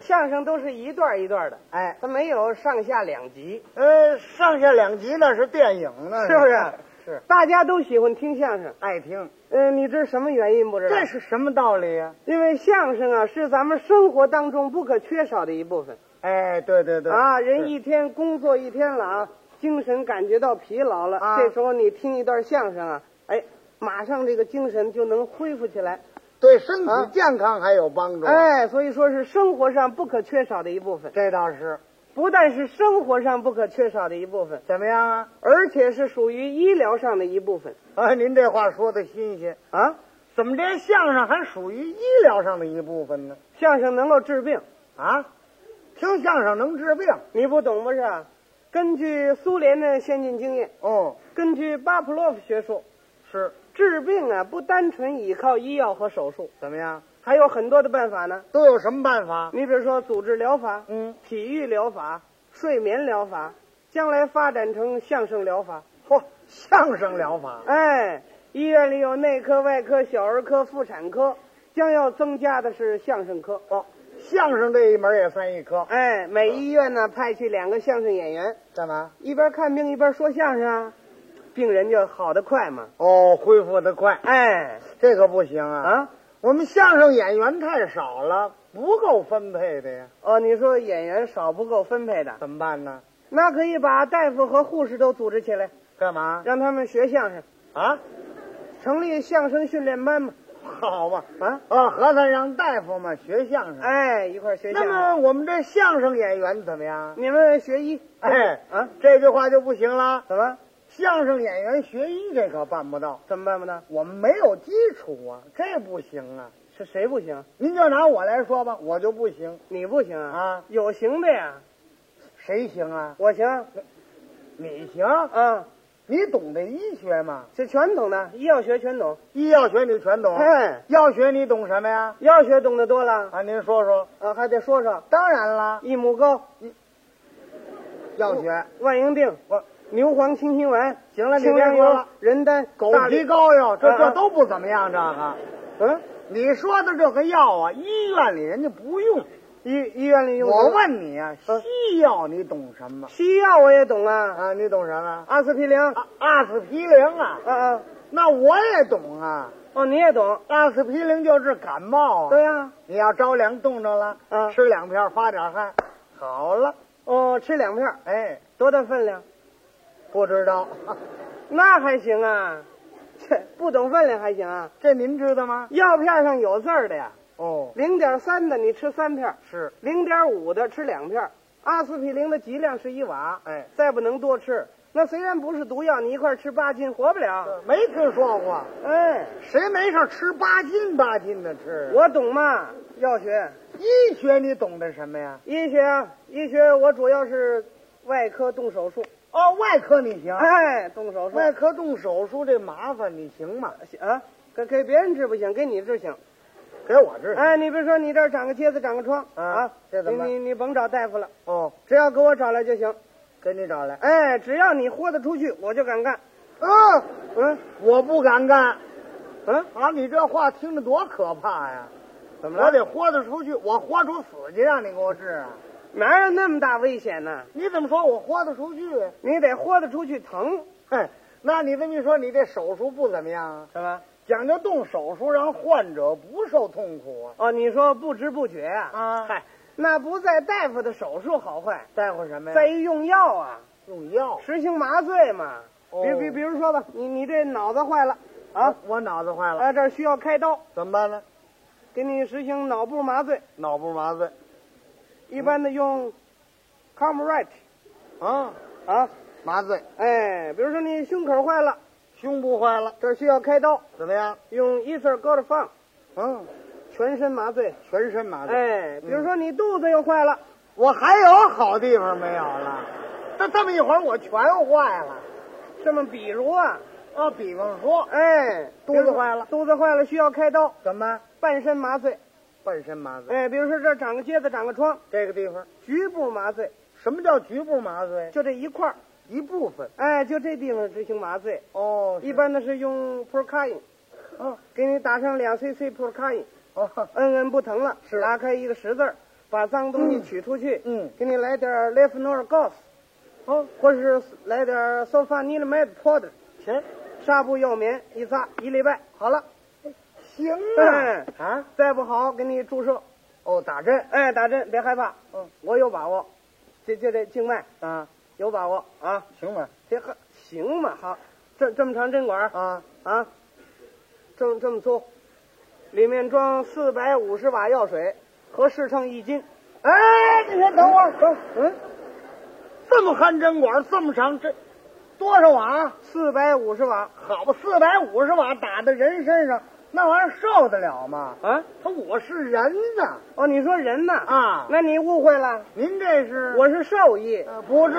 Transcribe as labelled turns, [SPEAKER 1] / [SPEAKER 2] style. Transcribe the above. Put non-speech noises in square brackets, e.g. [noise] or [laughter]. [SPEAKER 1] 相声都是一段一段的，
[SPEAKER 2] 哎，
[SPEAKER 1] 它没有上下两集，
[SPEAKER 2] 呃，上下两集那是电影呢，
[SPEAKER 1] 是不是？
[SPEAKER 2] 是，
[SPEAKER 1] 大家都喜欢听相声。
[SPEAKER 2] 爱听，
[SPEAKER 1] 嗯、你知什么原因不知道？
[SPEAKER 2] 这是什么道理呀、
[SPEAKER 1] 因为相声啊是咱们生活当中不可缺少的一部分
[SPEAKER 2] 哎，对对对，
[SPEAKER 1] 啊。人
[SPEAKER 2] 是
[SPEAKER 1] 一天工作一天了啊，精神感觉到疲劳了，
[SPEAKER 2] 啊
[SPEAKER 1] 这时候你听一段相声啊，哎，马上这个精神就能恢复起来。
[SPEAKER 2] 对身体
[SPEAKER 1] 啊
[SPEAKER 2] 健康还有帮助。，
[SPEAKER 1] 哎，所以说是生活上不可缺少的一部分，
[SPEAKER 2] 这倒是，
[SPEAKER 1] 不但是生活上不可缺少的一部分，
[SPEAKER 2] 怎么样啊？
[SPEAKER 1] 而且是属于医疗上的一部分
[SPEAKER 2] 啊，您这话说的新鲜，
[SPEAKER 1] 啊。
[SPEAKER 2] 怎么这相声还属于医疗上的一部分呢？
[SPEAKER 1] 相声能够治病，
[SPEAKER 2] 啊，听相声能治病？
[SPEAKER 1] 你不懂不是啊？根据苏联的先进经验，
[SPEAKER 2] 哦，
[SPEAKER 1] 根据巴甫洛夫学说，
[SPEAKER 2] 是，
[SPEAKER 1] 治病啊不单纯依靠医药和手术，
[SPEAKER 2] 怎么样？
[SPEAKER 1] 还有很多的办法呢。
[SPEAKER 2] 都有什么办法？
[SPEAKER 1] 你比如说组织疗法、
[SPEAKER 2] 嗯，
[SPEAKER 1] 体育疗法、睡眠疗法，将来发展成相声疗法。
[SPEAKER 2] 嚯，相声疗法，
[SPEAKER 1] 哎，医院里有内科、外科、小儿科、妇产科，将要增加的是相声科。
[SPEAKER 2] 哦，相声这一门也算一科，
[SPEAKER 1] 哎，每医院呢派去两个相声演员，
[SPEAKER 2] 干嘛？
[SPEAKER 1] 一边看病一边说相声啊，病人就好得快嘛。
[SPEAKER 2] 哦，恢复的快，
[SPEAKER 1] 哎，
[SPEAKER 2] 这可不行啊！
[SPEAKER 1] 啊，
[SPEAKER 2] 我们相声演员太少了，不够分配的呀，
[SPEAKER 1] 哦，你说演员少不够分配的，
[SPEAKER 2] 怎么办呢？
[SPEAKER 1] 那可以把大夫和护士都组织起来，
[SPEAKER 2] 干嘛
[SPEAKER 1] 让他们学相声，
[SPEAKER 2] 啊？
[SPEAKER 1] 成立相声训练班嘛。
[SPEAKER 2] 好嘛，
[SPEAKER 1] 啊，
[SPEAKER 2] 啊，合算让大夫嘛学相声。
[SPEAKER 1] 哎，一块儿学相
[SPEAKER 2] 那
[SPEAKER 1] 声。
[SPEAKER 2] 么我们这相声演员怎么样？
[SPEAKER 1] 你们学医，
[SPEAKER 2] 哎，
[SPEAKER 1] 啊，
[SPEAKER 2] 这句话就不行了。
[SPEAKER 1] 怎么
[SPEAKER 2] 相声演员学医这可办不到，
[SPEAKER 1] 怎么办不呢？
[SPEAKER 2] 我们没有基础啊，这不行啊。
[SPEAKER 1] 是谁不行？
[SPEAKER 2] 您就拿我来说吧，我就不行。
[SPEAKER 1] 你不行啊？
[SPEAKER 2] 啊
[SPEAKER 1] 有行的呀，
[SPEAKER 2] 谁行啊？
[SPEAKER 1] 我行。
[SPEAKER 2] 你行？
[SPEAKER 1] 啊，
[SPEAKER 2] 你懂得医学吗？
[SPEAKER 1] 这全懂的，医药学全懂。
[SPEAKER 2] 医药学你全懂，
[SPEAKER 1] 哎，
[SPEAKER 2] 药学你懂什么呀？
[SPEAKER 1] 药学懂得多了，
[SPEAKER 2] 啊，您说说。
[SPEAKER 1] 啊，还得说说
[SPEAKER 2] 当然了，
[SPEAKER 1] 益母膏、
[SPEAKER 2] 药学。
[SPEAKER 1] 万应定、
[SPEAKER 2] 我
[SPEAKER 1] 牛黄清心丸。
[SPEAKER 2] 行了，你
[SPEAKER 1] 清
[SPEAKER 2] 别
[SPEAKER 1] 凉
[SPEAKER 2] 说
[SPEAKER 1] 油
[SPEAKER 2] 了。、
[SPEAKER 1] 人丹、
[SPEAKER 2] 狗
[SPEAKER 1] 大
[SPEAKER 2] 皮
[SPEAKER 1] 力，
[SPEAKER 2] 膏药，这
[SPEAKER 1] 啊
[SPEAKER 2] 这
[SPEAKER 1] 啊
[SPEAKER 2] 都不怎么样，这个。
[SPEAKER 1] 嗯，
[SPEAKER 2] 你说的这个药啊，医院里人家不用。
[SPEAKER 1] 医医院里用的。
[SPEAKER 2] 我问你啊，
[SPEAKER 1] 嗯
[SPEAKER 2] 西药你懂什么？
[SPEAKER 1] 西药我也懂了，
[SPEAKER 2] 啊，你懂什么？
[SPEAKER 1] 阿司匹林。啊
[SPEAKER 2] 啊阿司匹林啊，
[SPEAKER 1] 啊，
[SPEAKER 2] 那我也懂啊。
[SPEAKER 1] 哦，你也懂？
[SPEAKER 2] 阿司匹林就是感冒啊，
[SPEAKER 1] 对呀、
[SPEAKER 2] 你要着凉冻着了，
[SPEAKER 1] 啊
[SPEAKER 2] 吃两片发点汗，好了。
[SPEAKER 1] 哦，吃两片儿，
[SPEAKER 2] 哎，
[SPEAKER 1] 多大分量？
[SPEAKER 2] 不知道， [laughs]
[SPEAKER 1] 那还行啊，切，不懂分量还行啊。
[SPEAKER 2] 这您知道吗？
[SPEAKER 1] 药片上有字儿的呀，
[SPEAKER 2] 哦，
[SPEAKER 1] 零点三的你吃三片儿，
[SPEAKER 2] 是，
[SPEAKER 1] 零点五的吃两片儿。阿司匹林的剂量是一瓦，
[SPEAKER 2] 哎，
[SPEAKER 1] 再不能多吃。那虽然不是毒药，你一块儿吃八斤活不了。
[SPEAKER 2] 没听说过，
[SPEAKER 1] 哎，
[SPEAKER 2] 谁没事吃八斤八斤的吃？啊
[SPEAKER 1] 我懂嘛，药学、
[SPEAKER 2] 医学你懂得什么呀？
[SPEAKER 1] 医学啊，医学我主要是外科动手术，
[SPEAKER 2] 哦，外科你行，
[SPEAKER 1] 哎，动手术。
[SPEAKER 2] 外科动手术这麻烦，你行吗？
[SPEAKER 1] 啊，给给别人治不行，给你治行。
[SPEAKER 2] 给我治。
[SPEAKER 1] 哎，你比如说你这儿长个疖子，长个疮
[SPEAKER 2] 啊
[SPEAKER 1] 啊，
[SPEAKER 2] 这怎么办
[SPEAKER 1] 你你你甭找大夫了，
[SPEAKER 2] 哦，
[SPEAKER 1] 只要给我找来就行。
[SPEAKER 2] 给你找来。
[SPEAKER 1] 哎，只要你豁得出去，我就敢干。
[SPEAKER 2] 嗯
[SPEAKER 1] 嗯
[SPEAKER 2] 我不敢干。
[SPEAKER 1] 嗯，
[SPEAKER 2] 啊，你这话听着多可怕呀！
[SPEAKER 1] 怎
[SPEAKER 2] 我？得豁得出去，我豁出死去让你给我治啊！
[SPEAKER 1] 哪有那么大危险呢？
[SPEAKER 2] 你怎么说我豁得出去？
[SPEAKER 1] 你得豁得出去疼，
[SPEAKER 2] 哼，那你这么一说，你这手术不怎么样啊？
[SPEAKER 1] 是吧？
[SPEAKER 2] 讲究动手术，让患者不受痛苦啊！
[SPEAKER 1] 哦，你说不知不觉呀、
[SPEAKER 2] 啊
[SPEAKER 1] 嗨，那不在大夫的手术好坏，
[SPEAKER 2] 在乎什么呀？
[SPEAKER 1] 在于用药啊，
[SPEAKER 2] 用药。
[SPEAKER 1] 实行麻醉嘛。
[SPEAKER 2] 哦
[SPEAKER 1] 比比比如说吧，你你这脑子坏了啊
[SPEAKER 2] 啊，，我脑子坏了，
[SPEAKER 1] 啊，这儿需要开刀，
[SPEAKER 2] 怎么办呢？
[SPEAKER 1] 给你实行脑部麻醉。
[SPEAKER 2] 脑部麻醉
[SPEAKER 1] 一般
[SPEAKER 2] 嗯
[SPEAKER 1] 的用 c o m r i t
[SPEAKER 2] 啊，
[SPEAKER 1] 啊，
[SPEAKER 2] 麻醉。
[SPEAKER 1] 哎，比如说你胸口坏了，
[SPEAKER 2] 胸部坏了，
[SPEAKER 1] 这儿需要开刀，
[SPEAKER 2] 怎么样？
[SPEAKER 1] 用 e t h e r g o d f u n
[SPEAKER 2] 嗯，
[SPEAKER 1] 全身麻醉。
[SPEAKER 2] 全身麻醉。
[SPEAKER 1] 哎，比
[SPEAKER 2] 嗯
[SPEAKER 1] 如说你肚子又坏了，
[SPEAKER 2] 我还有好地方没有了？这这么一会儿我全坏了。
[SPEAKER 1] 这么比如啊，
[SPEAKER 2] 啊，比方说
[SPEAKER 1] 哎，
[SPEAKER 2] 肚子坏了
[SPEAKER 1] 比如说肚子坏了需要开刀，
[SPEAKER 2] 什么
[SPEAKER 1] 半身麻醉。
[SPEAKER 2] 半身麻醉，
[SPEAKER 1] 哎，比如说这儿长个疖子，长个疮，
[SPEAKER 2] 这个地方
[SPEAKER 1] 局部麻醉，
[SPEAKER 2] 什么叫局部麻醉？
[SPEAKER 1] 就这一块儿，
[SPEAKER 2] 一部分
[SPEAKER 1] 哎，就这地方执行麻醉。
[SPEAKER 2] 哦
[SPEAKER 1] 一
[SPEAKER 2] 一
[SPEAKER 1] 般的是用 p r o c a i n
[SPEAKER 2] 哦
[SPEAKER 1] 给你打上两 cc p r o c a i n
[SPEAKER 2] 哦
[SPEAKER 1] 摁摁不疼了，
[SPEAKER 2] 是
[SPEAKER 1] 拉开一个十字儿，把脏东西取出去，
[SPEAKER 2] 嗯
[SPEAKER 1] 给你来点 l e f n o r g o s
[SPEAKER 2] 哦，
[SPEAKER 1] 或是来点 sulfanilamide powder，
[SPEAKER 2] 行
[SPEAKER 1] 纱布药棉一擦一礼拜好了，
[SPEAKER 2] 行
[SPEAKER 1] 哎
[SPEAKER 2] 啊啊，
[SPEAKER 1] 再不好给你注射，
[SPEAKER 2] 哦，打针
[SPEAKER 1] 哎，打针别害怕，
[SPEAKER 2] 嗯，
[SPEAKER 1] 我有把握，这这这静脉
[SPEAKER 2] 啊，
[SPEAKER 1] 有把握啊，
[SPEAKER 2] 行吧
[SPEAKER 1] 这还行嘛，好，这这么长针管啊
[SPEAKER 2] 啊，
[SPEAKER 1] 啊，这么这么粗，里面装四百五十瓦药水和试秤一斤，
[SPEAKER 2] 哎，你先等会儿，等会儿
[SPEAKER 1] 嗯，
[SPEAKER 2] 这么含针管，这么长，这多少啊瓦？
[SPEAKER 1] 四百五十瓦
[SPEAKER 2] 好吧，四百五十瓦打在人身上，那玩意儿受得了吗？
[SPEAKER 1] 啊，
[SPEAKER 2] 他我是人呐
[SPEAKER 1] 哦，你说人呢？
[SPEAKER 2] 啊！
[SPEAKER 1] 那你误会了，
[SPEAKER 2] 您这是
[SPEAKER 1] 我是兽医。
[SPEAKER 2] 呃不是，